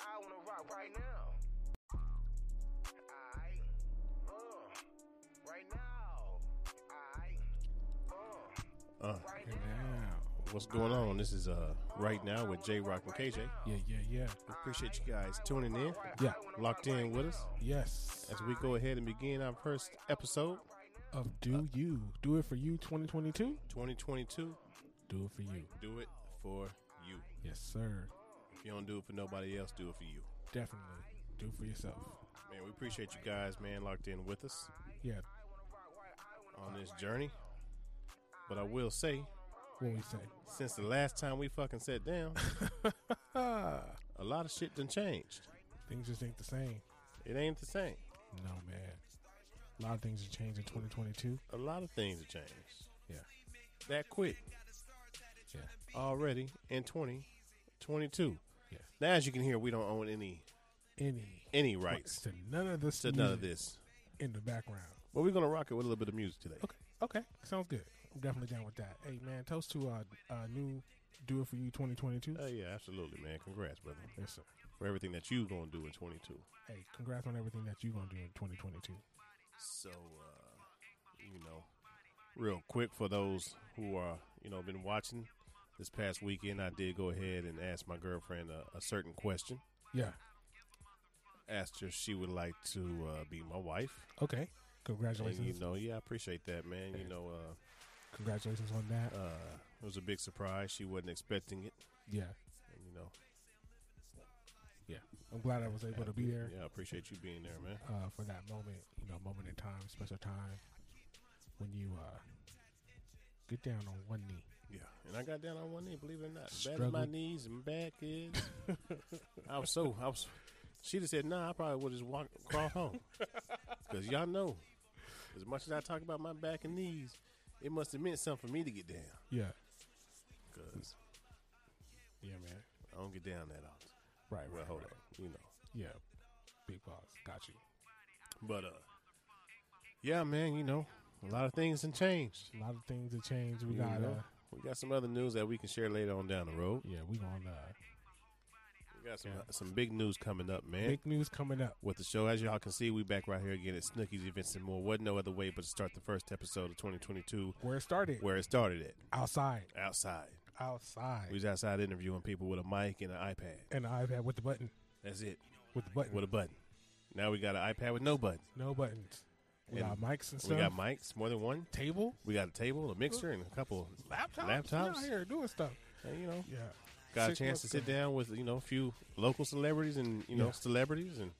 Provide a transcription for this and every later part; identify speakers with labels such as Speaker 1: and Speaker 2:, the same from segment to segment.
Speaker 1: out right now. Alright, uh, right now. Alright, uh,
Speaker 2: Uh,
Speaker 1: right
Speaker 2: right
Speaker 1: now.
Speaker 2: now.
Speaker 3: What's going on? This is uh right now with J Rock and
Speaker 1: Right
Speaker 3: KJ.
Speaker 1: now.
Speaker 2: Yeah, yeah, yeah.
Speaker 3: Appreciate you guys tuning in.
Speaker 2: Yeah.
Speaker 3: Locked in with us
Speaker 2: Yes.
Speaker 3: as we go ahead and begin our first episode,
Speaker 2: Of Do You. Do It For You 2022.
Speaker 3: 2022.
Speaker 2: Do It For You.
Speaker 3: Do it for you.
Speaker 2: Yes, sir.
Speaker 3: If you don't do it for nobody else, do it for you.
Speaker 2: Definitely. Do it for yourself.
Speaker 3: Man, we appreciate you guys, man, locked in with us
Speaker 2: Yeah.
Speaker 3: on this journey. But I will say,
Speaker 2: What we say.
Speaker 3: since the last time we fucking sat down, a lot of shit done changed.
Speaker 2: Things just ain't the same.
Speaker 3: It ain't the same.
Speaker 2: No, man. A lot of things have changed in 2022.
Speaker 3: A lot of things have changed
Speaker 2: Yeah.
Speaker 3: that quick
Speaker 2: Yeah.
Speaker 3: already in 2022.
Speaker 2: Yeah.
Speaker 3: Now, as you can hear, we don't own any
Speaker 2: Any.
Speaker 3: any rights
Speaker 2: To none of this.
Speaker 3: to none of
Speaker 2: music
Speaker 3: this.
Speaker 2: In the background.
Speaker 3: But we're gonna rock it with a little bit of music today.
Speaker 2: Okay. Okay. Sounds good. I'm definitely down with that. Hey, man. Toast to our uh, new Do It For You 2022.
Speaker 3: Oh yeah, absolutely, man. Congrats, brother,
Speaker 2: yes, sir.
Speaker 3: for everything that you gonna do in 22.
Speaker 2: Hey, congrats on everything that you're going to do in 2022.
Speaker 3: So, uh, you know, real quick for those who are you know been watching this past weekend, I did go ahead and ask my girlfriend a, a certain question.
Speaker 2: Yeah.
Speaker 3: Asked her if she would like to uh, be my wife.
Speaker 2: Okay.
Speaker 3: And, you
Speaker 2: Congratulations.
Speaker 3: know, yeah, I appreciate that, man. You know, uh,
Speaker 2: Congratulations on that.
Speaker 3: uh, it was a big surprise. She wasn't expecting it.
Speaker 2: yeah.
Speaker 3: And, you know,
Speaker 2: Yeah. I'm glad I was able to be there
Speaker 3: yeah, I appreciate you being there, man.
Speaker 2: uh, for that moment, you know, moment in time, special time when you uh, get down on one knee.
Speaker 3: Yeah, and I got down on one knee. Believe it or not, bad as my
Speaker 2: Struggled.
Speaker 3: knees and back is. I was so I was. She just said, "Nah, I probably would just walk crawl home." Because y'all know, as much as I talk about my back and knees, it must have meant something for me to get down.
Speaker 2: Yeah.
Speaker 3: Because
Speaker 2: Yeah, man.
Speaker 3: I don't get down that often.
Speaker 2: Right,
Speaker 3: Well,
Speaker 2: right.
Speaker 3: hold on,
Speaker 2: right.
Speaker 3: you know.
Speaker 2: Yeah. Big boss. Got you.
Speaker 3: But uh, yeah, man, you know, a lot of things have changed.
Speaker 2: A lot of things have changed. We
Speaker 3: You
Speaker 2: got,
Speaker 3: know?
Speaker 2: uh,
Speaker 3: we got some other news that we can share later on down the road.
Speaker 2: yeah, we going, uh,
Speaker 3: We got some
Speaker 2: Yeah.
Speaker 3: some big news coming up, man.
Speaker 2: big news coming up.
Speaker 3: with the show. As y'all can see, we back right here again at Snookies Events and More. Wasn't no other way but to start the first episode of 2022
Speaker 2: Where it started.
Speaker 3: where it started at,
Speaker 2: Outside.
Speaker 3: outside.
Speaker 2: Outside.
Speaker 3: We was outside interviewing people with a mic and an iPad.
Speaker 2: and the iPad with the button.
Speaker 3: That's it,
Speaker 2: With the button.
Speaker 3: with a button. Now we got an iPad with no button.
Speaker 2: No buttons. We got
Speaker 3: And
Speaker 2: mics and stuff.
Speaker 3: We got mics, more than one.
Speaker 2: table,
Speaker 3: We got a table, a mixer, and a couple
Speaker 2: laptops, We out
Speaker 3: Laptops.
Speaker 2: here doing stuff.
Speaker 3: And, you know,
Speaker 2: Yeah,
Speaker 3: got a
Speaker 2: Six
Speaker 3: chance to
Speaker 2: months
Speaker 3: sit
Speaker 2: ago.
Speaker 3: down with you know a few local celebrities and you know
Speaker 2: Yeah.
Speaker 3: celebrities and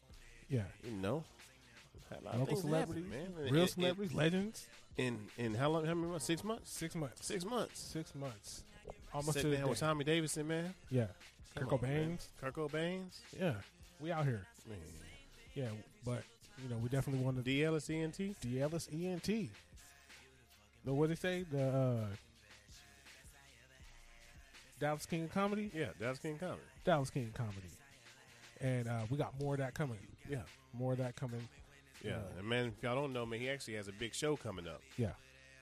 Speaker 2: Yeah,
Speaker 3: you know. had a lot of
Speaker 2: local
Speaker 3: things happen,
Speaker 2: celebrities,
Speaker 3: man.
Speaker 2: real
Speaker 3: In- in-
Speaker 2: celebrities, legends.
Speaker 3: In, in how long? How many months? Six months.
Speaker 2: Six months.
Speaker 3: Six months.
Speaker 2: Six months. Almost
Speaker 3: Sit
Speaker 2: to the
Speaker 3: down with
Speaker 2: day.
Speaker 3: Tommy Davidson, man.
Speaker 2: Yeah, Kirk
Speaker 3: Come on, man.
Speaker 2: Cobain's.
Speaker 3: Kurt Cobain's.
Speaker 2: Yeah, we out here.
Speaker 3: Man.
Speaker 2: Yeah, but you know we definitely want to
Speaker 3: DLSENT.
Speaker 2: DLS ENT. E The what they say the uh, Dallas King of Comedy.
Speaker 3: Yeah, Dallas King Comedy.
Speaker 2: Dallas King of Comedy, and uh, we got more of that coming.
Speaker 3: Yeah.
Speaker 2: More of that coming.
Speaker 3: Yeah. And man, if y'all don't know, man, he actually has a big show coming up.
Speaker 2: Yeah.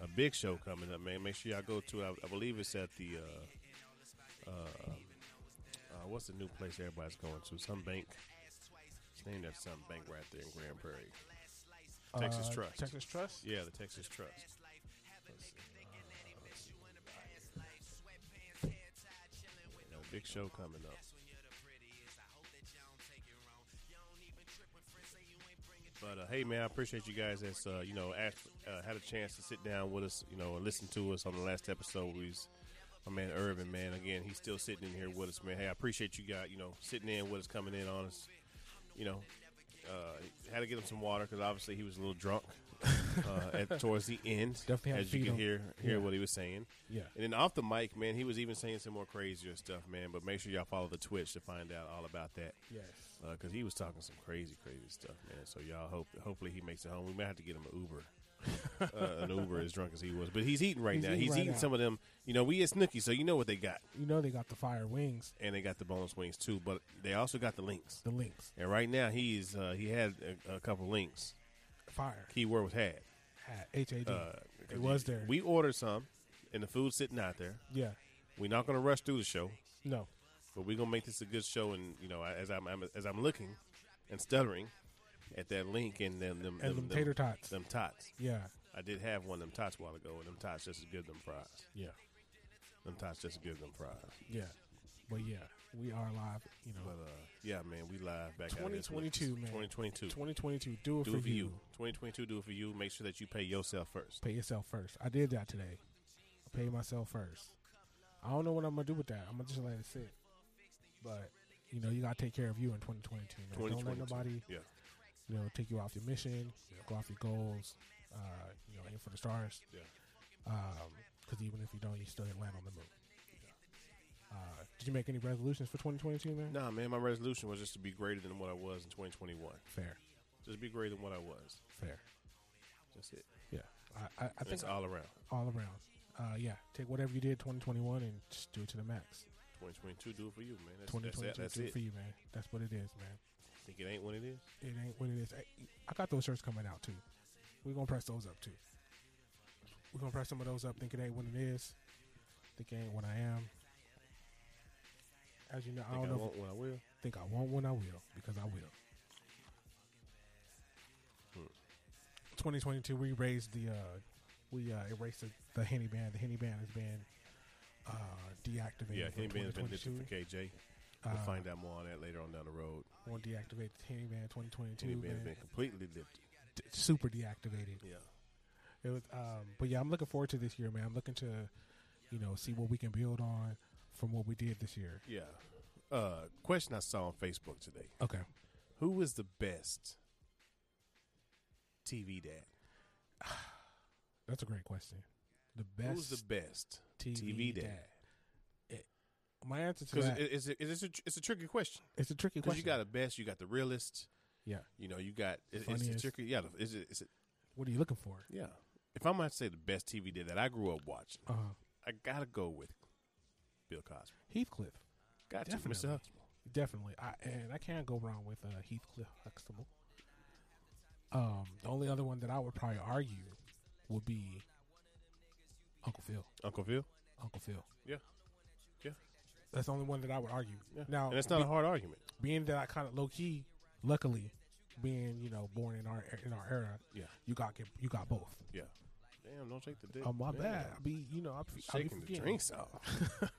Speaker 3: A big show coming up, man. Make sure y'all go to, I, I believe it's at the, uh, uh, uh, what's the new place everybody's going to? Some bank. It's named after some bank right there in Grand Prairie. Texas
Speaker 2: Uh,
Speaker 3: Trust.
Speaker 2: Texas Trust.
Speaker 3: Yeah, the Texas Trust. Uh, You know, big show coming up. But uh, hey, man, I appreciate you guys that's uh, you know asked, uh, had a chance to sit down with us, you know, and listen to us on the last episode. We was my man Urban, man. Again, he's still sitting in here with us, man. Hey, I appreciate you guys, you know, sitting in with us, coming in on us. You know, uh, had to get him some water because obviously he was a little drunk uh, at towards the end.
Speaker 2: Definitely had to
Speaker 3: as you
Speaker 2: feed
Speaker 3: can
Speaker 2: him.
Speaker 3: hear hear
Speaker 2: Yeah.
Speaker 3: what he was saying.
Speaker 2: Yeah.
Speaker 3: And then off the mic, man, he was even saying some more crazier stuff, man. But make sure y'all follow the Twitch to find out all about that.
Speaker 2: Yes.
Speaker 3: Because Uh, he was talking some crazy, crazy stuff, man. So y'all hope, hopefully he makes it home. We might have to get him an Uber, uh, an Uber as drunk as he was. But he's eating right
Speaker 2: He's
Speaker 3: now.
Speaker 2: eating
Speaker 3: he's
Speaker 2: right
Speaker 3: eating
Speaker 2: now.
Speaker 3: some of them. You know, we at Snooki, so you know what they got,
Speaker 2: You know they got the fire wings,
Speaker 3: and they got the boneless wings too. But they also got the links.
Speaker 2: the links,
Speaker 3: And right now he's uh, he had a, a couple links.
Speaker 2: fire
Speaker 3: Keyword was had.
Speaker 2: hat, H A D.
Speaker 3: Uh,
Speaker 2: It was there.
Speaker 3: We ordered some, and the food's sitting out there.
Speaker 2: yeah.
Speaker 3: We're not going to rush through the show.
Speaker 2: No.
Speaker 3: But we're gonna make this a good show, and you know, as I'm, I'm as I'm looking and stuttering at that link and them them,
Speaker 2: And them tater tots.
Speaker 3: them tots.
Speaker 2: Yeah.
Speaker 3: I did have one of them tots a while ago, and them tots just as good as them fries.
Speaker 2: Yeah.
Speaker 3: Them tots just as good as them fries.
Speaker 2: Yeah. But yeah, we are live, you know.
Speaker 3: But uh, yeah, man, we live back. out this week.
Speaker 2: 2022, man.
Speaker 3: 2022.
Speaker 2: 2022, do it
Speaker 3: do
Speaker 2: for
Speaker 3: it for
Speaker 2: you.
Speaker 3: you. 2022, do it for you. Make sure that you pay yourself first.
Speaker 2: Pay yourself first. I did that today. I paid myself first. I don't know what I'm gonna do with that. I'm gonna just let it sit. But you know, you gotta take care of you in 2022. Man. Don't let
Speaker 3: 2022.
Speaker 2: nobody,
Speaker 3: Yeah.
Speaker 2: you know, take you off your mission, go off your goals. Uh, you know, aim for the stars.
Speaker 3: Yeah.
Speaker 2: Because even if you don't, you still hit land on the moon. Uh, did you make any resolutions for 2022, man?
Speaker 3: Nah, man, my resolution was just to be greater than what I was in 2021.
Speaker 2: Fair,
Speaker 3: Just be greater than what I was.
Speaker 2: fair.
Speaker 3: That's it.
Speaker 2: Yeah, I, I, I think
Speaker 3: It's all around.
Speaker 2: all around. Uh, yeah, take whatever you did 2021 and just do it to the max.
Speaker 3: 2022, do it for you, man. That's, that's it.
Speaker 2: 2022
Speaker 3: That's
Speaker 2: do it
Speaker 3: it.
Speaker 2: for you, man. That's what it is, man.
Speaker 3: Think it ain't what it is?
Speaker 2: It ain't what it is. I, I got those shirts coming out too. We're gonna press those up too. We're gonna press some of those up. Think it ain't what it is. Think it ain't what I am. As you know, I
Speaker 3: Think
Speaker 2: don't
Speaker 3: I,
Speaker 2: know. if-
Speaker 3: want what I will.
Speaker 2: think I want one, I will because I will. 2022, we raised the, uh, we uh, erased the, the Henny ban. The Henny ban has been uh, deactivated.
Speaker 3: Yeah,
Speaker 2: for Uh,
Speaker 3: Henny Ben's been lifted
Speaker 2: 2022.
Speaker 3: for KJ. We'll find out more on that later on down the road.
Speaker 2: We'll deactivate the Henny ban 2022.
Speaker 3: Henny Ben's
Speaker 2: man.
Speaker 3: been completely lifted.
Speaker 2: D- super deactivated.
Speaker 3: Yeah.
Speaker 2: It was, um, but yeah, I'm looking forward to this year, man. I'm looking to, you know, see what we can build on from what we did this year.
Speaker 3: Yeah. Uh, question I saw on Facebook today
Speaker 2: Okay,
Speaker 3: Who is the best TV dad?
Speaker 2: that's a great question. The
Speaker 3: Who's
Speaker 2: best
Speaker 3: the best
Speaker 2: TV, dad. It- my answer to
Speaker 3: Because
Speaker 2: that
Speaker 3: it's, a, it's, a, it's a tricky question.
Speaker 2: It's a tricky
Speaker 3: Because
Speaker 2: question.
Speaker 3: you got a best, you got the realest,
Speaker 2: yeah.
Speaker 3: you know, you got it, it's a
Speaker 2: Funniest.
Speaker 3: tricky. Yeah, the- it's, a- it's a,
Speaker 2: What are you looking for?
Speaker 3: yeah. If I might say the best TV dad that I grew up watching,
Speaker 2: Uh,
Speaker 3: I gotta go with Bill Cosby.
Speaker 2: Heathcliff,
Speaker 3: Got you,
Speaker 2: Definitely.
Speaker 3: Mr. Huxtable.
Speaker 2: definitely. I and I can't go wrong with uh, Heathcliff Huxtable. Um, the only other one that I would probably argue would be Uncle Phil.
Speaker 3: Uncle Phil.
Speaker 2: Uncle Phil.
Speaker 3: Yeah, yeah,
Speaker 2: That's the only one that I would argue.
Speaker 3: yeah.
Speaker 2: Now,
Speaker 3: and it's not
Speaker 2: be-
Speaker 3: a hard argument.
Speaker 2: being that I kind of low key, luckily, being you know born in our in our era,
Speaker 3: Yeah.
Speaker 2: you got get, you got both.
Speaker 3: Yeah. Damn, don't shake the dick.
Speaker 2: Oh my
Speaker 3: Damn.
Speaker 2: bad. I be you know I be, I be
Speaker 3: Shaking the
Speaker 2: forgetting.
Speaker 3: drinks off.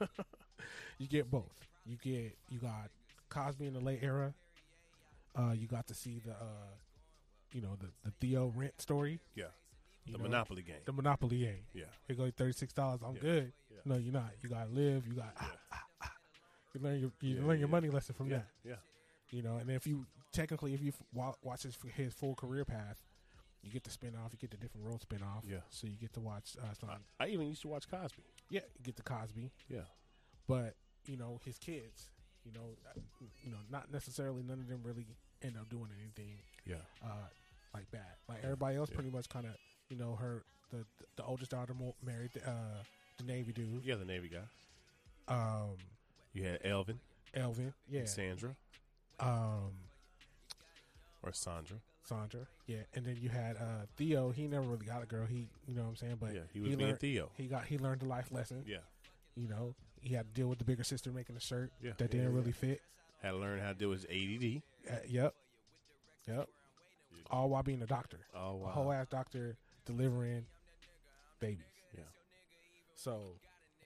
Speaker 2: you get both. You get you got Cosby in the late era. Uh, you got to see the uh, you know the the Theo rent story.
Speaker 3: Yeah.
Speaker 2: you
Speaker 3: The
Speaker 2: know,
Speaker 3: Monopoly game.
Speaker 2: The Monopoly game.
Speaker 3: yeah.
Speaker 2: Here goes thirty six dollars. I'm good.
Speaker 3: Yeah.
Speaker 2: No, you're not. You gotta live. You got to
Speaker 3: Yeah.
Speaker 2: you learn your you
Speaker 3: Yeah,
Speaker 2: learn your
Speaker 3: yeah.
Speaker 2: money lesson from
Speaker 3: Yeah.
Speaker 2: that.
Speaker 3: Yeah.
Speaker 2: You know, and if you technically if you f- wa- watch his, his full career path, you get the spin off. You get the different road spin off.
Speaker 3: Yeah.
Speaker 2: So you get to watch uh, some,
Speaker 3: I, I even used to watch Cosby.
Speaker 2: yeah, you get the Cosby.
Speaker 3: Yeah.
Speaker 2: but you know his kids you know uh, you know not necessarily none of them really end up doing anything
Speaker 3: Yeah.
Speaker 2: uh like that like everybody else
Speaker 3: yeah.
Speaker 2: pretty much kind of you know her the the oldest daughter mo- married the, uh the navy dude
Speaker 3: Yeah, the Navy guy.
Speaker 2: um
Speaker 3: You had Elvin,
Speaker 2: elvin yeah
Speaker 3: Sandra,
Speaker 2: um
Speaker 3: or Sandra.
Speaker 2: sandra yeah and then you had uh theo he never really got a girl he you know what i'm saying but
Speaker 3: Yeah, he was being
Speaker 2: learned,
Speaker 3: Theo.
Speaker 2: he got he learned a life lesson
Speaker 3: Yeah.
Speaker 2: you know he had to deal with the bigger sister making a shirt
Speaker 3: Yeah,
Speaker 2: that
Speaker 3: yeah,
Speaker 2: didn't
Speaker 3: yeah.
Speaker 2: really fit
Speaker 3: Had to learn how to deal with his ADD.
Speaker 2: Uh, yep. Yep. All while being a doctor.
Speaker 3: Oh,
Speaker 2: A
Speaker 3: wow.
Speaker 2: whole ass doctor delivering babies.
Speaker 3: Yeah.
Speaker 2: So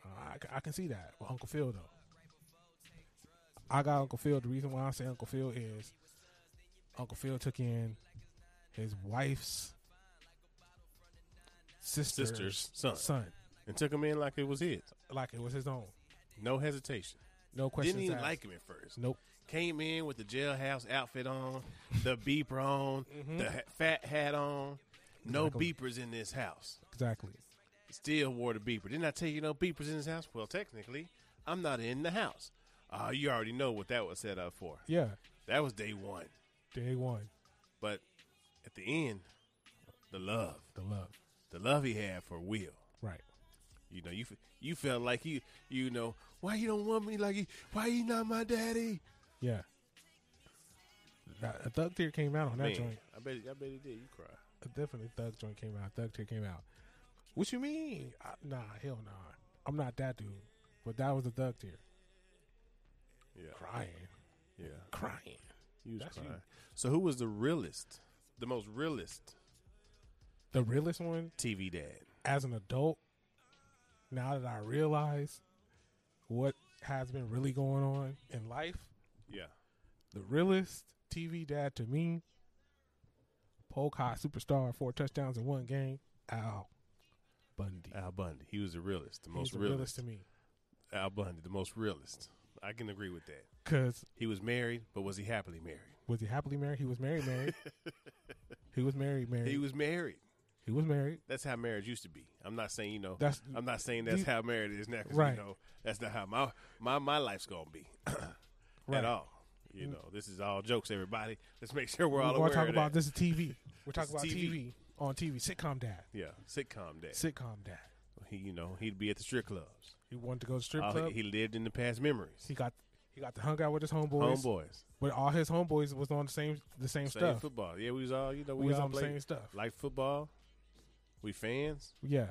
Speaker 2: uh, I, c- I can see that with Uncle Phil, though. I got Uncle Phil. The reason why I say Uncle Phil is Uncle Phil took in his wife's sister's,
Speaker 3: Sister's son.
Speaker 2: son
Speaker 3: And took him in like it was his.
Speaker 2: like it was his own.
Speaker 3: No hesitation.
Speaker 2: No questions
Speaker 3: Didn't even
Speaker 2: asked.
Speaker 3: like him at first.
Speaker 2: Nope.
Speaker 3: Came in with the jailhouse outfit on, the beeper on, the ha- fat hat on. No
Speaker 2: Exactly.
Speaker 3: beepers in this house.
Speaker 2: Exactly.
Speaker 3: Still wore the beeper. Didn't I tell you no beepers in this house? Well, technically, I'm not in the house. Ah, you already know what that was set up for.
Speaker 2: Yeah.
Speaker 3: That was day one.
Speaker 2: Day one.
Speaker 3: But at the end, the love,
Speaker 2: The love.
Speaker 3: the love he had for Will.
Speaker 2: Right.
Speaker 3: You know, you f- you felt like you you know why you don't want me like you, why you not my daddy.
Speaker 2: Yeah. That- A Thug Tear came out on that
Speaker 3: Man,
Speaker 2: joint.
Speaker 3: I bet I bet he did. You cry.
Speaker 2: A definitely Thug joint came out. Thug Tear came out. What you mean? I, nah, hell nah. I'm not that dude. But that was a Thug Tear.
Speaker 3: Yeah,
Speaker 2: Crying,
Speaker 3: yeah.
Speaker 2: crying.
Speaker 3: He was
Speaker 2: That's
Speaker 3: crying.
Speaker 2: you.
Speaker 3: So who was the realest, the most realest
Speaker 2: The realest one
Speaker 3: TV dad?
Speaker 2: as an adult, now that I realize what has been really going on in life,
Speaker 3: Yeah.
Speaker 2: the realest TV dad to me, Polcott superstar, four touchdowns in one game, Al Bundy.
Speaker 3: Al Bundy. He was the realest, the
Speaker 2: He's
Speaker 3: most
Speaker 2: the
Speaker 3: realest.
Speaker 2: realest to me.
Speaker 3: Al Bundy, the most realest. I can agree with that.
Speaker 2: Because
Speaker 3: He was married, but was he happily married?
Speaker 2: was he happily married? He was married, married. he was married, married.
Speaker 3: He was married.
Speaker 2: he was married.
Speaker 3: That's how marriage used to be. I'm not saying you know.
Speaker 2: That's
Speaker 3: I'm not saying that's
Speaker 2: You-
Speaker 3: how marriage is now. 'cause,
Speaker 2: Right.
Speaker 3: You know, that's not how my my my life's gonna be
Speaker 2: right. Mm.
Speaker 3: at all. You know, this is all jokes, everybody. Let's make sure we're all
Speaker 2: We're
Speaker 3: aware
Speaker 2: talking
Speaker 3: of
Speaker 2: about
Speaker 3: that.
Speaker 2: this is TV. We're talking
Speaker 3: This
Speaker 2: about
Speaker 3: is
Speaker 2: TV. on TV. Sitcom dad.
Speaker 3: Yeah, sitcom dad.
Speaker 2: Sitcom dad.
Speaker 3: He, you know, he'd be at the strip clubs.
Speaker 2: He wanted to go to strip
Speaker 3: All-
Speaker 2: club.
Speaker 3: Oh, he lived in the past memories.
Speaker 2: he got he got to hung out with his homeboys.
Speaker 3: Homeboys,
Speaker 2: But all his homeboys was on the same the same,
Speaker 3: same
Speaker 2: stuff.
Speaker 3: football. Yeah, we was all you know.
Speaker 2: we
Speaker 3: We,
Speaker 2: was
Speaker 3: all
Speaker 2: on the
Speaker 3: played-
Speaker 2: same stuff.
Speaker 3: like football. We fans.
Speaker 2: Yeah.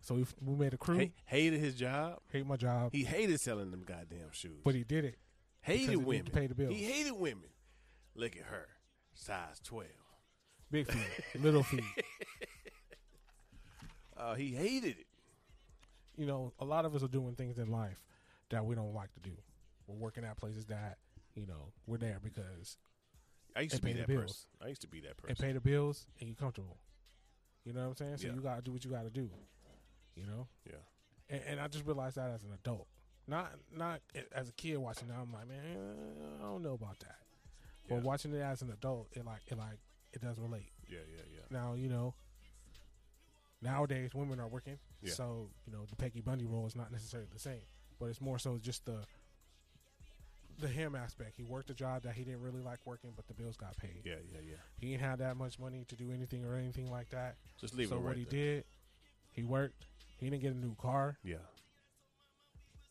Speaker 2: So we, we made a crew.
Speaker 3: Ha- hated his job.
Speaker 2: Hate my job,
Speaker 3: He hated selling them goddamn shoes.
Speaker 2: but he did it. because
Speaker 3: hated
Speaker 2: it needed
Speaker 3: women.
Speaker 2: to pay the bills.
Speaker 3: He hated women. Look at her, size twelve.
Speaker 2: Big feet, little feet.
Speaker 3: Uh, he hated it.
Speaker 2: You know, a lot of us are doing things in life that we don't like to do. We're working at places that you know we're there because
Speaker 3: I used
Speaker 2: And
Speaker 3: to be
Speaker 2: pay the
Speaker 3: that
Speaker 2: bills.
Speaker 3: person. I used to be that person.
Speaker 2: and pay the bills and you comfortable. You know what I'm saying? So
Speaker 3: Yeah.
Speaker 2: you gotta do what you gotta do. You know,
Speaker 3: yeah,
Speaker 2: and, and I just realized that as an adult, not not a- as a kid watching. Now I'm like, man, I don't know about that.
Speaker 3: Yeah.
Speaker 2: But watching it as an adult, it like it like it does relate.
Speaker 3: yeah, yeah, yeah.
Speaker 2: Now you know. Nowadays, women are working,
Speaker 3: Yeah.
Speaker 2: so you know the Peggy Bundy role is not necessarily the same, but it's more so just the the him aspect. He worked a job that he didn't really like working, but the bills got paid.
Speaker 3: Yeah, yeah, yeah.
Speaker 2: He didn't have that much money to do anything or anything like that.
Speaker 3: Just leave
Speaker 2: so
Speaker 3: it right
Speaker 2: what he
Speaker 3: there.
Speaker 2: did, he worked. He didn't get a new car,
Speaker 3: Yeah,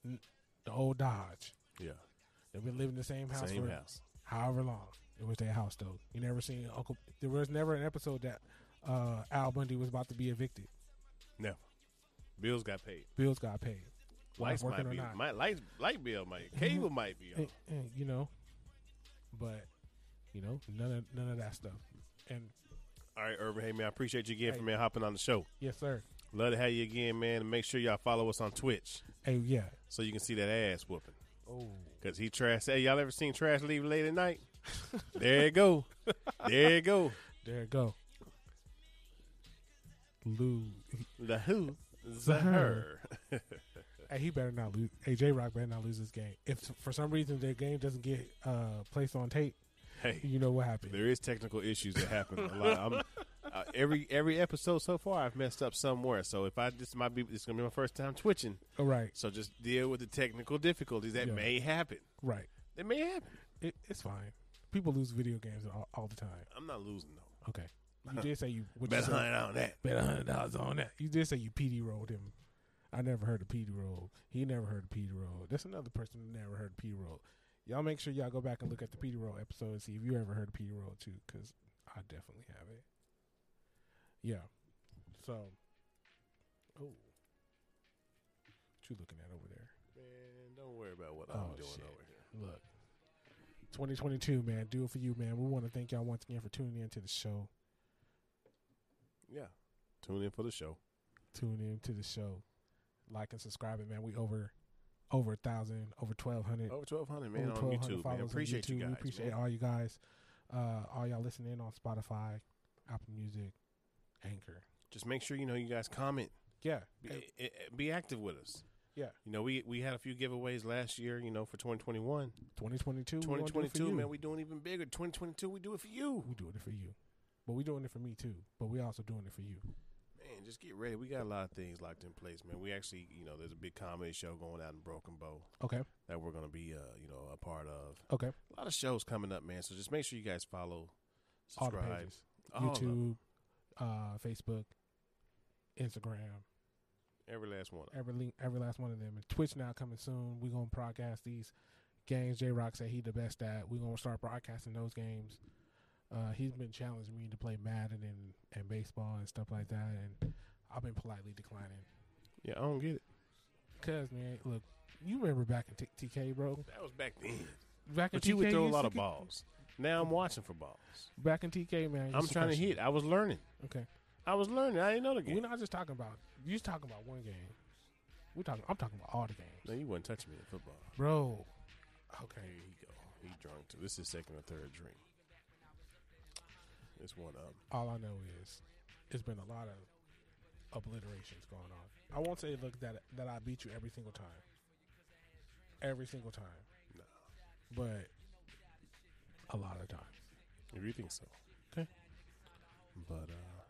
Speaker 2: the old Dodge.
Speaker 3: yeah.
Speaker 2: They've been living in the same house
Speaker 3: Same
Speaker 2: for
Speaker 3: house.
Speaker 2: however long. It was their house though. You never seen Uncle. There was never an episode that uh, Al Bundy was about to be evicted.
Speaker 3: Never. Bills got paid.
Speaker 2: bills got paid.
Speaker 3: Lights
Speaker 2: working
Speaker 3: might
Speaker 2: or
Speaker 3: be.
Speaker 2: not.
Speaker 3: My lights, light bill might. Cable might be.
Speaker 2: Eh,
Speaker 3: On.
Speaker 2: eh, you know, but you know none of none of that stuff. And
Speaker 3: All right, Irvin. Hey man, I appreciate you again
Speaker 2: Hey.
Speaker 3: for man hopping on the show.
Speaker 2: yes, sir.
Speaker 3: Love to have you again, man. And make sure y'all follow us on Twitch
Speaker 2: Hey, yeah.
Speaker 3: so you can see that ass whooping.
Speaker 2: Oh,
Speaker 3: Cause he trash. Hey, y'all ever seen trash leave late at night? there you go. There you go.
Speaker 2: there it go. Lou,
Speaker 3: The who? The her.
Speaker 2: hey, he better not lose. Hey, J Rock better not lose this game. If for some reason their game doesn't get uh, placed on tape,
Speaker 3: Hey,
Speaker 2: you know what happened.
Speaker 3: there is technical issues that happen a lot. I'm, uh, every every episode so far, I've messed up somewhere. So if I this might be it's gonna be my first time twitching.
Speaker 2: All Oh, right,
Speaker 3: So just deal with the technical difficulties that
Speaker 2: Yeah.
Speaker 3: may happen.
Speaker 2: right.
Speaker 3: They may happen.
Speaker 2: It, it's fine. People lose video games all, all the time.
Speaker 3: I'm not losing though.
Speaker 2: Okay, you did say you what you
Speaker 3: Bet a
Speaker 2: said.
Speaker 3: hundred on that.
Speaker 2: bet a hundred dollars on that. You did say you PD rolled him. I never heard of PD roll. He never heard of PD roll. That's another person who never heard of PD roll. Y'all make sure y'all go back and look at the PD roll episode and see if you ever heard of PD roll too, because I definitely have it. Yeah. So, oh, what you looking at over there?
Speaker 3: Man, don't worry about what
Speaker 2: Oh,
Speaker 3: I'm doing
Speaker 2: shit.
Speaker 3: over here.
Speaker 2: Look. 2022, man. Do it for you, man. We want to thank y'all once again for tuning in to the show.
Speaker 3: Yeah. Tune in for the show.
Speaker 2: tune in to the show, like and subscribing, man. We over over a thousand, over twelve hundred,
Speaker 3: Over 1,200, Oh,
Speaker 2: over
Speaker 3: man, on YouTube, man.
Speaker 2: followers
Speaker 3: Appreciate
Speaker 2: on YouTube.
Speaker 3: you guys.
Speaker 2: We appreciate
Speaker 3: man.
Speaker 2: all you guys, uh, all y'all listening on Spotify, Apple Music, Anchor.
Speaker 3: Just make sure, you know, you guys comment.
Speaker 2: Yeah,
Speaker 3: Be,
Speaker 2: Hey,
Speaker 3: eh, eh, be active with us.
Speaker 2: yeah.
Speaker 3: You know, we, we had a few giveaways last year, you know, for 2021.
Speaker 2: Twenty twenty two.
Speaker 3: 2022, man, we doing even bigger. 2022, we do it for you.
Speaker 2: we doing it for you, but we doing it for me too. But we also doing it for you.
Speaker 3: Man, just get ready. We got a lot of things locked in place, man. We actually, you know, there's a big comedy show going out in Broken Bow
Speaker 2: Okay.
Speaker 3: that we're going to be, uh, you know, a part of.
Speaker 2: Okay.
Speaker 3: A lot of shows coming up, man. So just make sure you guys follow,
Speaker 2: All the
Speaker 3: subscribe.
Speaker 2: pages,
Speaker 3: all of them.
Speaker 2: YouTube, uh, Facebook, Instagram.
Speaker 3: Every last one. of them.
Speaker 2: every link, every last one of them. And Twitch now coming soon. We're gonna broadcast these games. J Rock said he the best at. We're gonna start broadcasting those games. Uh, he's been challenging me to play Madden and, and baseball and stuff like that, and I've been politely declining.
Speaker 3: Yeah, I don't get it.
Speaker 2: Cause man, look, you remember back in T- TK, bro?
Speaker 3: That was back then.
Speaker 2: Back in
Speaker 3: But you would
Speaker 2: TK,
Speaker 3: throw a
Speaker 2: used
Speaker 3: lot
Speaker 2: to
Speaker 3: of
Speaker 2: get-
Speaker 3: balls. Now I'm watching for balls.
Speaker 2: Back in TK, man. you
Speaker 3: I'm
Speaker 2: used
Speaker 3: trying to
Speaker 2: catch
Speaker 3: hit. I was learning.
Speaker 2: them. Okay,
Speaker 3: I was learning. I didn't know the
Speaker 2: we're
Speaker 3: game.
Speaker 2: not just talking about. You just talking about one game. We're talking. I'm talking about all the games,
Speaker 3: No, you wouldn't touch me in football.
Speaker 2: bro. Okay,
Speaker 3: Here you go. He drunk too. This is his second or third drink. It's one up.
Speaker 2: all I know is there's been a lot of obliterations going on. I won't say look that that I beat you every single time, every single time,
Speaker 3: No.
Speaker 2: but a lot of times.
Speaker 3: If you think so.
Speaker 2: Okay.
Speaker 3: But uh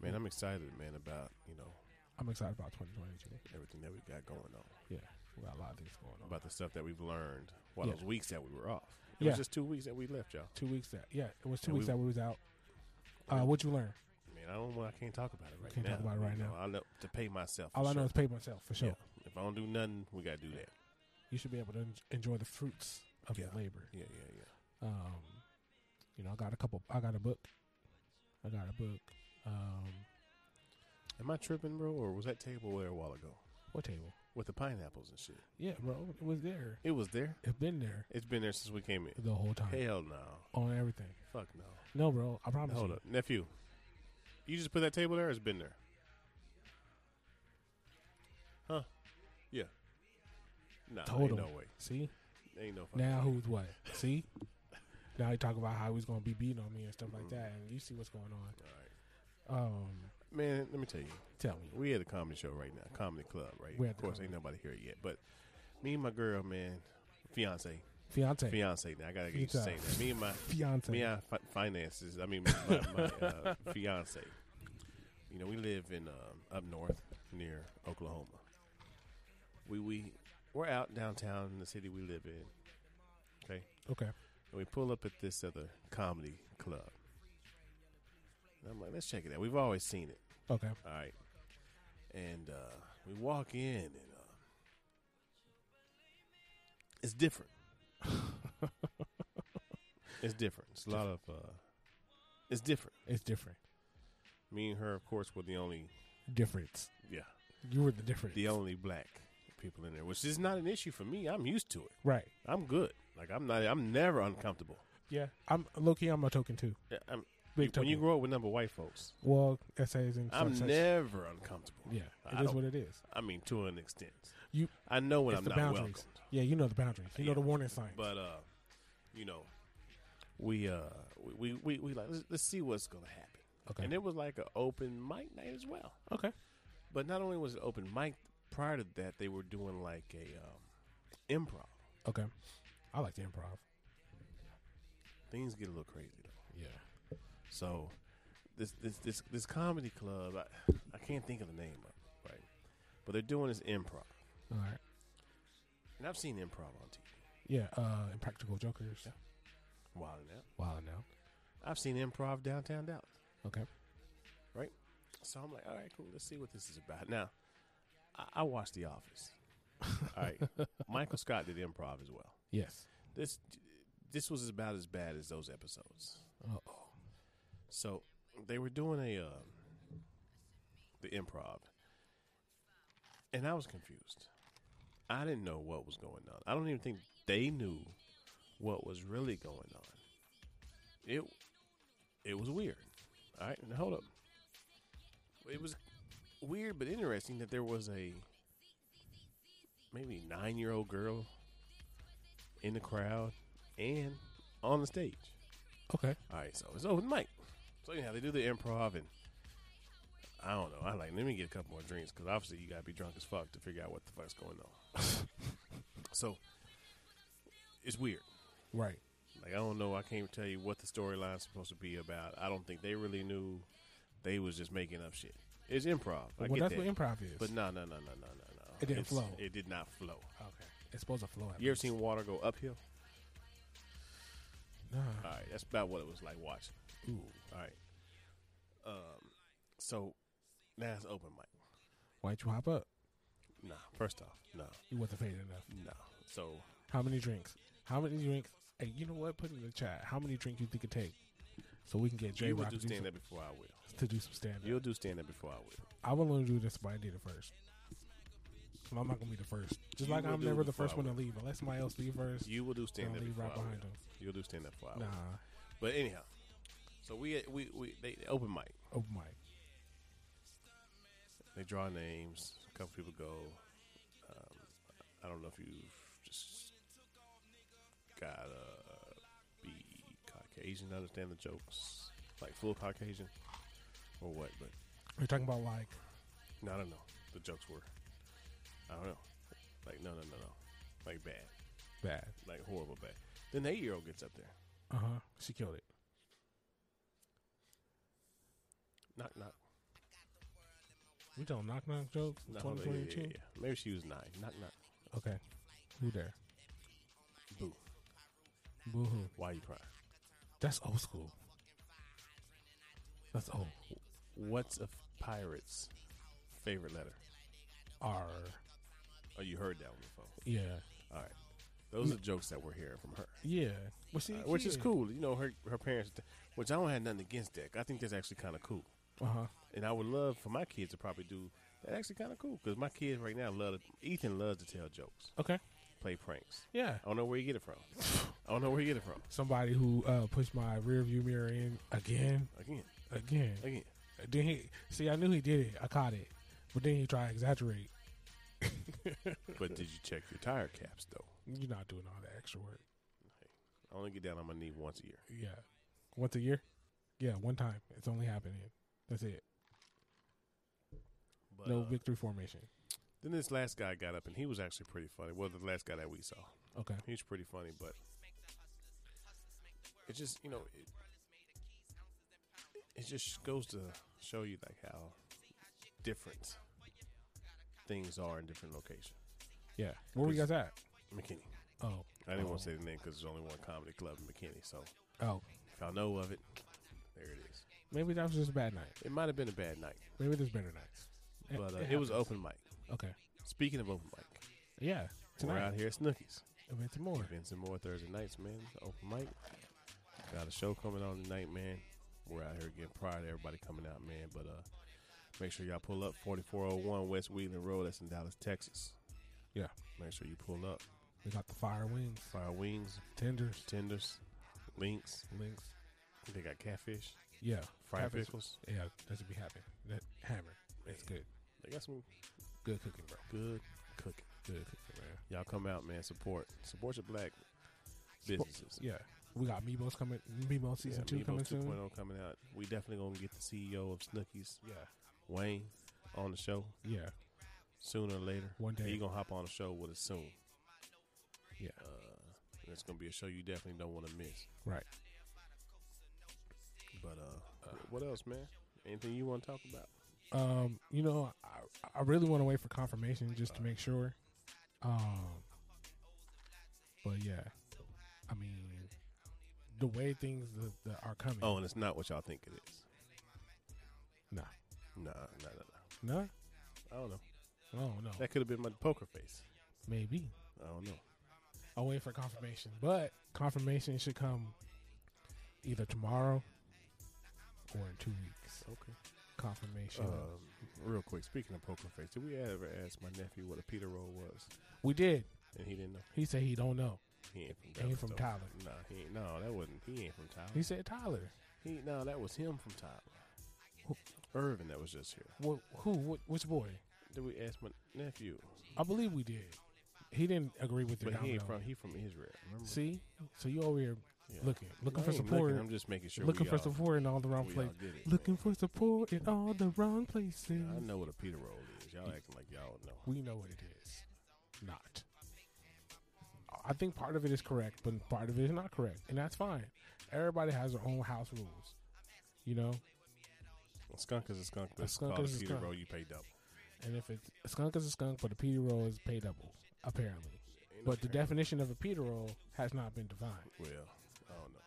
Speaker 3: man, I'm excited, man, about, you know,
Speaker 2: I'm excited about 2022.
Speaker 3: everything that we got going on.
Speaker 2: Yeah, we got a lot of things going on.
Speaker 3: About the stuff that we've learned while
Speaker 2: Yeah.
Speaker 3: those weeks that we were off. It
Speaker 2: Yeah.
Speaker 3: was just two weeks that we left, y'all.
Speaker 2: two weeks that yeah, it was two
Speaker 3: And
Speaker 2: weeks
Speaker 3: we-
Speaker 2: that we was out. Uh,
Speaker 3: Yeah.
Speaker 2: what'd you learn?
Speaker 3: Man, I don't want I can't talk about it right
Speaker 2: Can't
Speaker 3: now.
Speaker 2: talk about it right
Speaker 3: you know.
Speaker 2: now.
Speaker 3: I know to pay myself.
Speaker 2: All
Speaker 3: for
Speaker 2: I know
Speaker 3: sure.
Speaker 2: is pay myself for sure.
Speaker 3: Yeah. If I don't do nothing, we gotta do that.
Speaker 2: You should be able to en- enjoy the fruits of your
Speaker 3: Yeah.
Speaker 2: labor.
Speaker 3: Yeah, yeah, yeah.
Speaker 2: Um, you know, I got a couple. I got a book. I got a book. Um,
Speaker 3: Am I tripping, bro, or was that table there a while ago?
Speaker 2: what table?
Speaker 3: With the pineapples and shit.
Speaker 2: Yeah, bro, it was there.
Speaker 3: It was there.
Speaker 2: It's been there
Speaker 3: It's been there since we came in.
Speaker 2: the whole time
Speaker 3: Hell no.
Speaker 2: on everything.
Speaker 3: Fuck no.
Speaker 2: No, bro, I promise.
Speaker 3: Hold
Speaker 2: you.
Speaker 3: up, nephew. You just put that table there. Or it's been there. Huh? Yeah. Nah,
Speaker 2: Told
Speaker 3: ain't
Speaker 2: him.
Speaker 3: no way.
Speaker 2: See
Speaker 3: Ain't no fucking.
Speaker 2: now who's what? See now you talk about how he's gonna be beating on me and stuff like that, and you see what's going on.
Speaker 3: Mm. All right,
Speaker 2: Um,
Speaker 3: man. Let me tell you,
Speaker 2: tell me,
Speaker 3: we at a comedy show right now, comedy club, right?
Speaker 2: We're at
Speaker 3: of
Speaker 2: the
Speaker 3: course,
Speaker 2: comedy.
Speaker 3: ain't nobody here yet, but me and my girl, man, fiance,
Speaker 2: fiance,
Speaker 3: fiance. Now I gotta get used to
Speaker 2: Fiance.
Speaker 3: saying that. Me and my
Speaker 2: fiance,
Speaker 3: me and fi- finances. I mean, my, my uh, fiance. You know, we live in um, up north near Oklahoma. We we we're out downtown in the city we live in. Okay,
Speaker 2: okay,
Speaker 3: and we pull up at this other comedy club. And I'm like, let's check it out. We've always seen it.
Speaker 2: okay.
Speaker 3: All right, and uh, we walk in, and uh, it's different. it's different. It's a lot of. Uh, it's different.
Speaker 2: It's different.
Speaker 3: Me and her, of course, were the only,
Speaker 2: Difference.
Speaker 3: yeah,
Speaker 2: You were the difference.
Speaker 3: the only black people in there, which is not an issue for me. I'm used to it.
Speaker 2: right.
Speaker 3: I'm good. Like I'm not. I'm never uncomfortable.
Speaker 2: Yeah. I'm low key. I'm a token too.
Speaker 3: Yeah, I'm,
Speaker 2: Big token.
Speaker 3: when you grow up with number white folks,
Speaker 2: well, essays and
Speaker 3: I'm
Speaker 2: such-
Speaker 3: never uncomfortable.
Speaker 2: Yeah.
Speaker 3: I
Speaker 2: It is
Speaker 3: don't-
Speaker 2: what it is.
Speaker 3: I mean, to an extent,
Speaker 2: You.
Speaker 3: I know when
Speaker 2: it's
Speaker 3: I'm
Speaker 2: the
Speaker 3: not
Speaker 2: boundaries.
Speaker 3: welcome.
Speaker 2: Yeah. You know the boundaries. You
Speaker 3: Yeah.
Speaker 2: know the warning signs.
Speaker 3: But uh, you know, we uh, we we we, we like let's, let's see what's gonna happen.
Speaker 2: okay.
Speaker 3: And it was like an open mic night as well.
Speaker 2: okay.
Speaker 3: But not only was it open mic, prior to that they were doing like a um, improv.
Speaker 2: Okay. I like the improv.
Speaker 3: Things get a little crazy though.
Speaker 2: Yeah.
Speaker 3: So this this this this comedy club, I, I can't think of the name of it, right? But they're doing this improv,
Speaker 2: All right.
Speaker 3: and I've seen improv on TV.
Speaker 2: Yeah. Uh, Impractical Jokers.
Speaker 3: Wow, now
Speaker 2: Wow. Now.
Speaker 3: I've seen improv downtown Dallas.
Speaker 2: Okay.
Speaker 3: So I'm like, all right, cool. Let's see what this is about. Now, I, I watched The Office. all right, Michael Scott did improv as well.
Speaker 2: Yes.
Speaker 3: This this was about as bad as those episodes.
Speaker 2: Oh.
Speaker 3: So they were doing a uh, the improv, and I was confused. I didn't know what was going on. I don't even think they knew what was really going on. It it was weird. All right, now hold up. It was weird but interesting that there was a maybe nine year old girl in the crowd and on the stage.
Speaker 2: Okay.
Speaker 3: All right, so it's open mic. So anyhow, they do the improv, and I don't know. I like let me get a couple more drinks because obviously you gotta be drunk as fuck to figure out what the fuck's going on. so it's weird.
Speaker 2: Right.
Speaker 3: Like I don't know. I can't tell you what the storyline's supposed to be about. I don't think they really knew. They was just making up shit. It's improv. I
Speaker 2: well,
Speaker 3: get
Speaker 2: that's
Speaker 3: that.
Speaker 2: what improv is.
Speaker 3: but no, no, no, no, no, no, no.
Speaker 2: It didn't
Speaker 3: It's-
Speaker 2: flow.
Speaker 3: It did not flow.
Speaker 2: okay. It's supposed to flow. at
Speaker 3: You ever
Speaker 2: least.
Speaker 3: seen water go uphill?
Speaker 2: Nah.
Speaker 3: All right, that's about what it was like watching.
Speaker 2: Ooh.
Speaker 3: All right. Um. So now it's open mic.
Speaker 2: Why'd you hop up?
Speaker 3: No, first off, no,
Speaker 2: You wasn't paid enough.
Speaker 3: no. So
Speaker 2: How many drinks? How many drinks? Hey, you know what? Put in the chat. How many drinks you think it take? So we can get J
Speaker 3: you will
Speaker 2: Rock
Speaker 3: do
Speaker 2: to, do
Speaker 3: stand
Speaker 2: some-
Speaker 3: up before I will.
Speaker 2: to do some stand up.
Speaker 3: You'll do stand up before I will.
Speaker 2: I will only do this if I did it first. I'm not gonna be the first. Just
Speaker 3: You
Speaker 2: like
Speaker 3: will
Speaker 2: I'm
Speaker 3: do
Speaker 2: never
Speaker 3: it
Speaker 2: the
Speaker 3: before
Speaker 2: first
Speaker 3: I
Speaker 2: one to
Speaker 3: will.
Speaker 2: leave. Unless somebody else leave first,
Speaker 3: You will do stand
Speaker 2: I'll
Speaker 3: up
Speaker 2: leave
Speaker 3: before
Speaker 2: right
Speaker 3: I will.
Speaker 2: behind them.
Speaker 3: You'll do stand up for hours.
Speaker 2: Nah,
Speaker 3: But anyhow, so we we we they they open mic.
Speaker 2: open mic.
Speaker 3: They draw names. A couple people go. Um, I don't know if you've just gotta be Caucasian to understand the jokes, like full Caucasian, or what. But
Speaker 2: We're talking about like
Speaker 3: no, I don't know. The jokes were. I don't know. Like no, no, no, no. Like bad.
Speaker 2: bad.
Speaker 3: Like horrible bad. Then the eight year old gets up there.
Speaker 2: Uh
Speaker 3: Uh-huh.
Speaker 2: huh. She killed it.
Speaker 3: Knock knock.
Speaker 2: We don't knock knock jokes. in
Speaker 3: knock on the- yeah,
Speaker 2: 2022.
Speaker 3: yeah, yeah. Maybe she was nine. Knock knock.
Speaker 2: Okay. Who there?
Speaker 3: Boo.
Speaker 2: Boo hoo.
Speaker 3: Why you crying?
Speaker 2: That's old school. That's old.
Speaker 3: What's a pirate's favorite letter?
Speaker 2: R.
Speaker 3: Oh, you heard that one before.
Speaker 2: Yeah.
Speaker 3: All right. Those are jokes that we're hearing from her,
Speaker 2: Yeah. Well, she,
Speaker 3: uh, which is
Speaker 2: yeah.
Speaker 3: cool. You know, her her parents, which I don't have nothing against that. I think that's actually kind of cool.
Speaker 2: Uh huh.
Speaker 3: And I would love for my kids to probably do that actually kind of cool because my kids right now love to, Ethan loves to tell jokes,
Speaker 2: Okay.
Speaker 3: play pranks.
Speaker 2: Yeah.
Speaker 3: I don't know where you get it from. I don't know where you get it from.
Speaker 2: Somebody who uh, pushed my rear view mirror in again,
Speaker 3: Again,
Speaker 2: again.
Speaker 3: again.
Speaker 2: Then he see, I knew he did it. I caught it, but then he tried to exaggerate.
Speaker 3: But did you check your tire caps though?
Speaker 2: You're not doing all the extra work.
Speaker 3: I only get down on my knee once a year.
Speaker 2: Yeah, once a year. Yeah, one time. It's only happening. That's it.
Speaker 3: But,
Speaker 2: No
Speaker 3: uh,
Speaker 2: victory formation.
Speaker 3: Then this last guy got up, and he was actually pretty funny. Well, the last guy that we saw,
Speaker 2: Okay.
Speaker 3: he was pretty funny, but it just you know it, it just goes to show you like how different things are in different locations.
Speaker 2: Yeah. Where were you guys at?
Speaker 3: McKinney,
Speaker 2: Oh.
Speaker 3: I didn't want to
Speaker 2: Oh.
Speaker 3: say the name because there's only one comedy club in McKinney, so
Speaker 2: Oh.
Speaker 3: if y'all know of it, there it is.
Speaker 2: Maybe that was just a bad night.
Speaker 3: It might have been a bad night,
Speaker 2: Maybe there's better nights.
Speaker 3: but uh, it was
Speaker 2: happens.
Speaker 3: open mic.
Speaker 2: Okay.
Speaker 3: Speaking of open mic,
Speaker 2: Yeah.
Speaker 3: we're
Speaker 2: Tonight.
Speaker 3: out here at Snookies.
Speaker 2: And then some more.
Speaker 3: Events and more Thursday nights, man. Open mic. Got a show coming on tonight, man. We're out here getting prior to everybody coming out, man. But uh make sure y'all pull up 4401 West Wheeling Road. That's in Dallas, Texas.
Speaker 2: Yeah.
Speaker 3: Make sure you pull up.
Speaker 2: We got the fire wings,
Speaker 3: Fire wings,
Speaker 2: tenders,
Speaker 3: tenders, links.
Speaker 2: links.
Speaker 3: They got catfish,
Speaker 2: Yeah.
Speaker 3: fried
Speaker 2: Catfish.
Speaker 3: pickles.
Speaker 2: Yeah, that should be happy. That hammer. It's good.
Speaker 3: They got some
Speaker 2: Good cooking, bro.
Speaker 3: good cooking.
Speaker 2: Good cooking, man.
Speaker 3: Y'all come out, man. Support. Support your black businesses.
Speaker 2: Yeah. We got Mebos coming. Mebos season two
Speaker 3: Amiibo
Speaker 2: coming soon.
Speaker 3: 2.0 coming out. We definitely gonna get the CEO of Snookies,
Speaker 2: Yeah.
Speaker 3: Wayne, on the show.
Speaker 2: Yeah.
Speaker 3: sooner or later.
Speaker 2: One day.
Speaker 3: You're going to hop on a show with us soon.
Speaker 2: Yeah.
Speaker 3: Uh, and it's going to be a show you definitely don't want to miss.
Speaker 2: Right.
Speaker 3: But uh, what else, man? Anything you want to talk about?
Speaker 2: Um, you know, I, I really want to wait for confirmation just to make sure. Um, but yeah, I mean, the way things that, that are coming.
Speaker 3: Oh, and it's not what y'all think it is.
Speaker 2: no,
Speaker 3: Nah, nah, nah, nah.
Speaker 2: no,
Speaker 3: I don't know.
Speaker 2: oh no,
Speaker 3: That could have been my poker face.
Speaker 2: maybe
Speaker 3: I don't know.
Speaker 2: I'll wait for confirmation. But confirmation should come either tomorrow or in two weeks.
Speaker 3: Okay.
Speaker 2: Confirmation.
Speaker 3: Um, real quick, speaking of poker face, did we ever ask my nephew what a Peter roll was?
Speaker 2: we did.
Speaker 3: And he didn't know.
Speaker 2: He said he don't know.
Speaker 3: He ain't from
Speaker 2: He ain't from
Speaker 3: Dallas,
Speaker 2: Tyler.
Speaker 3: though. Nah, he ain't. No, that wasn't. He ain't from Tyler.
Speaker 2: He said Tyler.
Speaker 3: he, no, that was him from Tyler. Irvin, that was just here.
Speaker 2: What? Who? What, which boy?
Speaker 3: Did we ask my nephew?
Speaker 2: I believe we did. He didn't agree with the
Speaker 3: But he
Speaker 2: domino.
Speaker 3: ain't from he from Israel. Remember?
Speaker 2: See, so you over here
Speaker 3: Yeah.
Speaker 2: looking, looking
Speaker 3: I
Speaker 2: for
Speaker 3: ain't
Speaker 2: support,
Speaker 3: I'm just making sure.
Speaker 2: looking
Speaker 3: we
Speaker 2: for
Speaker 3: all-
Speaker 2: support in all the wrong
Speaker 3: we
Speaker 2: places,
Speaker 3: all get it,
Speaker 2: looking
Speaker 3: man.
Speaker 2: for support in all the wrong places.
Speaker 3: Yeah, I know what a Peter roll is. Y'all acting like y'all know.
Speaker 2: We know what it is, not. I think part of it is correct, but part of it is not correct, and that's fine. Everybody has their own house rules, you know.
Speaker 3: A skunk is a skunk. That's
Speaker 2: skunk
Speaker 3: called
Speaker 2: is
Speaker 3: a
Speaker 2: a
Speaker 3: Peter
Speaker 2: skunk.
Speaker 3: roll. You pay double.
Speaker 2: And if it's a skunk is a skunk, but a Peter roll is pay double, apparently.
Speaker 3: Ain't no
Speaker 2: But the
Speaker 3: parent-
Speaker 2: definition of a Peter roll has not been defined.
Speaker 3: Well, I don't know.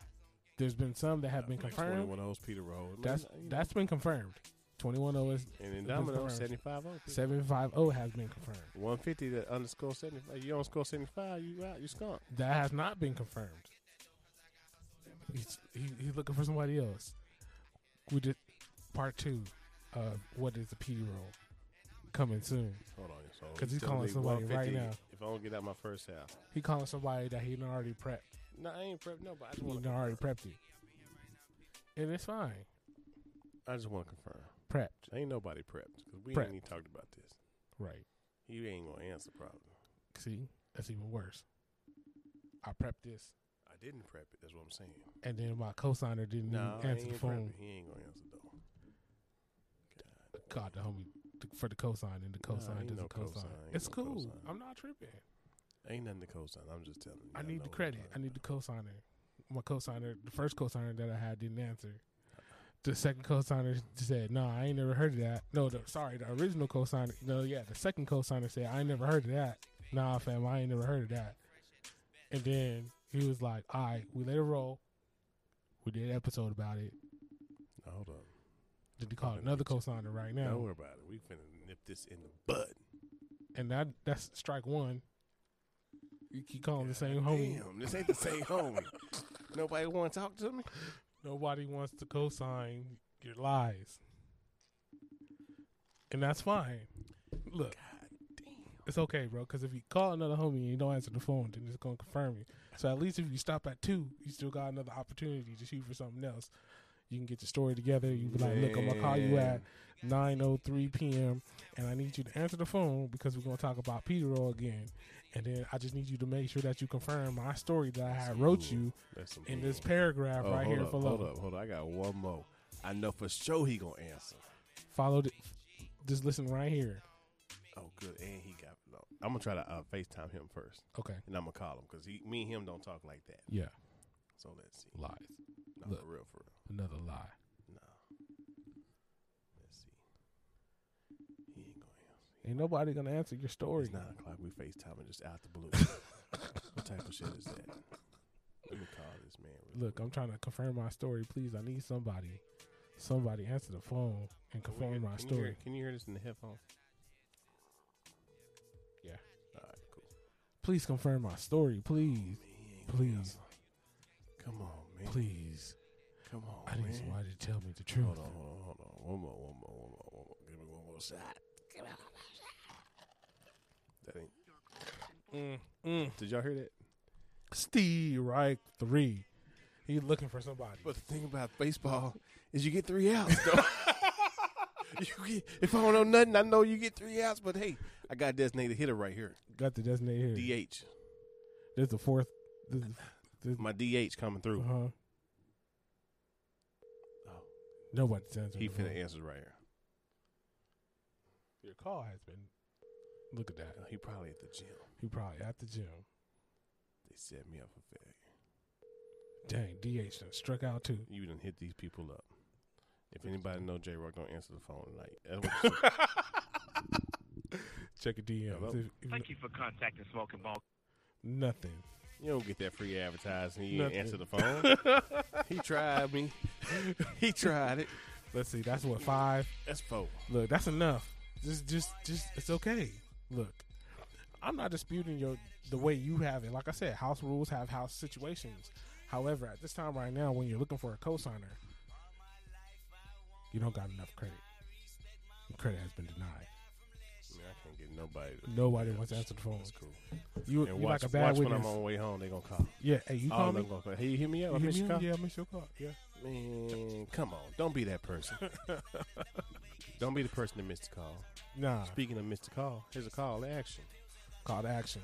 Speaker 2: There's been some that have been confirmed.
Speaker 3: One of those Peter rolls.
Speaker 2: That's
Speaker 3: Man, you know.
Speaker 2: that's been confirmed. Twenty one oh is
Speaker 3: and then
Speaker 2: that's
Speaker 3: Domino
Speaker 2: confirmed.
Speaker 3: seventy five over.
Speaker 2: seven five oh has been confirmed.
Speaker 3: One fifty that underscore seventy five. You on score seventy five. You out. You skunk.
Speaker 2: That has not been confirmed. He's he, he's looking for somebody else. We did part two of what is the P roll. coming soon.
Speaker 3: Hold on, so
Speaker 2: 'Cause he's
Speaker 3: telling
Speaker 2: calling
Speaker 3: me
Speaker 2: somebody
Speaker 3: 150
Speaker 2: right now.
Speaker 3: If I don't get out my first half,
Speaker 2: He calling somebody that he done already prepped.
Speaker 3: no, I ain't prep. No, but I just
Speaker 2: He
Speaker 3: want.
Speaker 2: done
Speaker 3: to
Speaker 2: already prepped you. And it's fine.
Speaker 3: I just want to confirm.
Speaker 2: Prepped.
Speaker 3: Ain't nobody prepped because we
Speaker 2: Prepped.
Speaker 3: ain't even talked about this.
Speaker 2: Right.
Speaker 3: You ain't gonna answer probably.
Speaker 2: See, that's even worse. I prepped this,
Speaker 3: I didn't prep it. That's what I'm saying.
Speaker 2: and then my cosigner didn't
Speaker 3: No,
Speaker 2: even answer
Speaker 3: he
Speaker 2: the
Speaker 3: ain't
Speaker 2: phone.
Speaker 3: prepping. He ain't gonna answer though. God.
Speaker 2: God, the homie t- for the cosign, and the
Speaker 3: Nah,
Speaker 2: cosign
Speaker 3: ain't
Speaker 2: doesn't
Speaker 3: no
Speaker 2: cosign.
Speaker 3: cosign, ain't
Speaker 2: It's
Speaker 3: no
Speaker 2: cool.
Speaker 3: cosign.
Speaker 2: I'm not tripping.
Speaker 3: Ain't nothing to co-sign. I'm just telling you.
Speaker 2: I need
Speaker 3: know
Speaker 2: the
Speaker 3: what I'm
Speaker 2: credit. I
Speaker 3: talking
Speaker 2: need the cosigner. My cosigner, the first cosigner that I had, didn't answer. The second cosigner said, "No, I ain't never heard of that." No, the, sorry, the original cosigner. No, yeah, the second cosigner said, "I ain't never heard of that." Nah, fam, I ain't never heard of that. And then he was like, "All right, we let it roll. We did an episode about it.
Speaker 3: about. Now, Hold on.
Speaker 2: Did he call another cosigner right now?"
Speaker 3: Don't worry about it. We finna nip this in the bud.
Speaker 2: and that that's strike one. You keep calling the same homie.
Speaker 3: Damn, this ain't the same homie. Nobody want to talk to me.
Speaker 2: Nobody wants to co-sign your lies, and that's fine. Look,
Speaker 3: God damn.
Speaker 2: it's okay, bro. Because if you call another homie and you don't answer the phone, then it's gonna confirm you. So at least if you stop at two, you still got another opportunity to shoot for something else. You can get your story together. You be like, look, I'm gonna call you at
Speaker 3: Man.
Speaker 2: 9:03 p.m. and I need you to answer the phone because we're gonna talk about Peter Roll again. And then I just need you to make sure that you confirm my story that I had wrote you
Speaker 3: That's some
Speaker 2: in
Speaker 3: bull.
Speaker 2: this paragraph
Speaker 3: Oh,
Speaker 2: right
Speaker 3: hold
Speaker 2: here
Speaker 3: up,
Speaker 2: below.
Speaker 3: Hold up, hold up. I got one more. I know for sure he gonna answer.
Speaker 2: Follow the, just listen right here.
Speaker 3: Oh, good. And he got. No. I'm gonna try to uh, Facetime him first,
Speaker 2: Okay.
Speaker 3: and I'm gonna call him because he, me and him don't talk like that.
Speaker 2: Yeah.
Speaker 3: So let's see.
Speaker 2: Lies.
Speaker 3: No,
Speaker 2: Look.
Speaker 3: for real, for real.
Speaker 2: Another lie.
Speaker 3: No. Let's see. He ain't gonna answer.
Speaker 2: Ain't nobody gonna answer your story.
Speaker 3: It's nine o'clock. We FaceTiming just out the blue. what type of shit is that? Let me call this man. real
Speaker 2: Look,
Speaker 3: quick.
Speaker 2: I'm trying to confirm my story. Please, I need somebody. Somebody answer the phone and
Speaker 3: Can we hear-
Speaker 2: confirm my
Speaker 3: can you hear-
Speaker 2: story.
Speaker 3: can you hear this in the headphones?
Speaker 2: Yeah.
Speaker 3: All right, cool.
Speaker 2: Please confirm my story. Please.
Speaker 3: Man, he ain't gonna
Speaker 2: Please.
Speaker 3: answer. Come on, man.
Speaker 2: Please.
Speaker 3: Come on,
Speaker 2: I need
Speaker 3: man.
Speaker 2: somebody to tell me the truth.
Speaker 3: Hold on, hold on, hold on. One more, one more, one more, one more. Give me one more shot. Give me one more shot. That ain't.
Speaker 2: Mm, mm.
Speaker 3: Did y'all hear that?
Speaker 2: Steve Reich three. He looking for somebody.
Speaker 3: But the thing about baseball is you get three outs. though. you get, if I don't know nothing, I know you get three outs. But hey, I got designated hitter right here,
Speaker 2: Got the designated hitter.
Speaker 3: DH.
Speaker 2: There's the fourth. This is,
Speaker 3: My DH coming through.
Speaker 2: uh-huh.
Speaker 3: Oh.
Speaker 2: Nobody's answering.
Speaker 3: He
Speaker 2: the
Speaker 3: finna
Speaker 2: phone.
Speaker 3: answer right here.
Speaker 2: Your call has been. Look at that.
Speaker 3: He probably at the gym.
Speaker 2: He probably at the gym.
Speaker 3: They set me up for failure.
Speaker 2: Dang, DH done struck out too.
Speaker 3: You done hit these people up. If anybody know J Rock, don't answer the phone tonight. That's what you should-
Speaker 2: Check a DM.
Speaker 3: Hello?
Speaker 2: If- if
Speaker 4: Thank you for contacting Smoking Ball.
Speaker 2: Nothing.
Speaker 3: you don't get that free advertising. You didn't
Speaker 2: Nothing.
Speaker 3: answer the phone. he tried me. he tried it.
Speaker 2: Let's see. That's what five.
Speaker 3: That's four.
Speaker 2: Look, that's enough. Just, just, just. It's okay. Look, I'm not disputing your the way you have it. Like I said, house rules have house situations. However, at this time right now, when you're looking for a cosigner, you don't got enough credit. Your credit has been denied.
Speaker 3: I, mean, I can't get nobody. To,
Speaker 2: Nobody wants to answer the phone.
Speaker 3: that's cool.
Speaker 2: You,
Speaker 3: And
Speaker 2: you
Speaker 3: watch,
Speaker 2: like a bad
Speaker 3: watch when I'm
Speaker 2: witness.
Speaker 3: on the way home. They gonna call.
Speaker 2: Yeah. Hey, you
Speaker 3: All Oh,
Speaker 2: call
Speaker 3: of
Speaker 2: me.
Speaker 3: them gonna call. Hey, you hear me out?
Speaker 2: You
Speaker 3: I
Speaker 2: hear
Speaker 3: missed
Speaker 2: me?
Speaker 3: your call.
Speaker 2: Yeah, I missed your call. Yeah.
Speaker 3: Man, come on. Don't be that person. don't be the person that missed the call.
Speaker 2: Nah.
Speaker 3: Speaking of missed the call, here's a call to action.
Speaker 2: Call to action.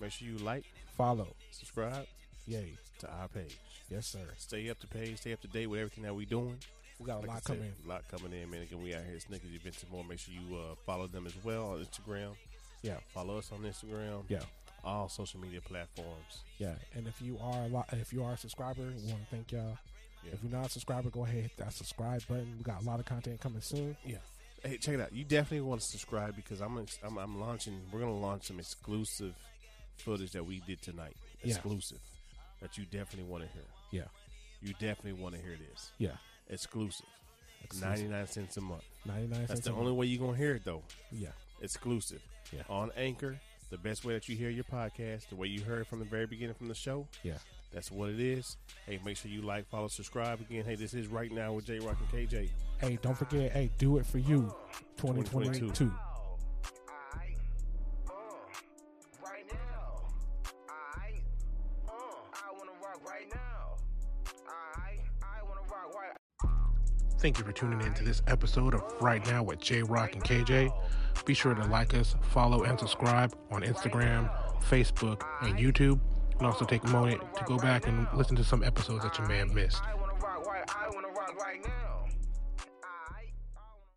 Speaker 3: Make sure you like,
Speaker 2: Follow.
Speaker 3: subscribe
Speaker 2: Yay.
Speaker 3: to our page.
Speaker 2: Yes, sir.
Speaker 3: Stay up to page. Stay up to date with everything that we doing.
Speaker 2: We got a
Speaker 3: Like I
Speaker 2: lot
Speaker 3: said,
Speaker 2: coming.
Speaker 3: A lot coming in, man. Again, we out here at Snickers Events and more. Make sure you uh, follow them as well on Instagram.
Speaker 2: Yeah.
Speaker 3: Follow us on Instagram.
Speaker 2: Yeah.
Speaker 3: All social media platforms.
Speaker 2: Yeah. And if you are a lot, if you are a subscriber, we want to thank y'all.
Speaker 3: Yeah.
Speaker 2: If you're not a subscriber, go ahead hit that subscribe button. We got a lot of content coming soon.
Speaker 3: Yeah. Hey, check it out. You definitely want to subscribe because I'm ex- I'm, I'm launching. We're gonna launch some exclusive footage that we did tonight.
Speaker 2: Yeah.
Speaker 3: Exclusive. That you definitely want to hear.
Speaker 2: Yeah.
Speaker 3: You definitely want to hear this.
Speaker 2: Yeah.
Speaker 3: Exclusive.
Speaker 2: Exclusive.
Speaker 3: 99 cents a month.
Speaker 2: 99
Speaker 3: That's
Speaker 2: cents.
Speaker 3: the
Speaker 2: a
Speaker 3: only
Speaker 2: month.
Speaker 3: way you're gonna hear it though.
Speaker 2: Yeah.
Speaker 3: Exclusive.
Speaker 2: Yeah.
Speaker 3: On Anchor, the best way that you hear your podcast, the way you heard from the very beginning from the show.
Speaker 2: Yeah.
Speaker 3: That's what it is. Hey, make sure you like, follow, subscribe again. Hey, this is right now with J Rock and KJ.
Speaker 2: Hey, don't forget, hey, do it for you 2022.
Speaker 1: Now, Uh, Uh,
Speaker 2: Thank you for tuning in to this episode of Right Now with J Rock and KJ. Be sure to like us, follow, and subscribe on Instagram, Facebook, and YouTube. And also take a moment to go back and listen to some episodes that you may have missed.
Speaker 1: I wanna rock right, I wanna rock right now.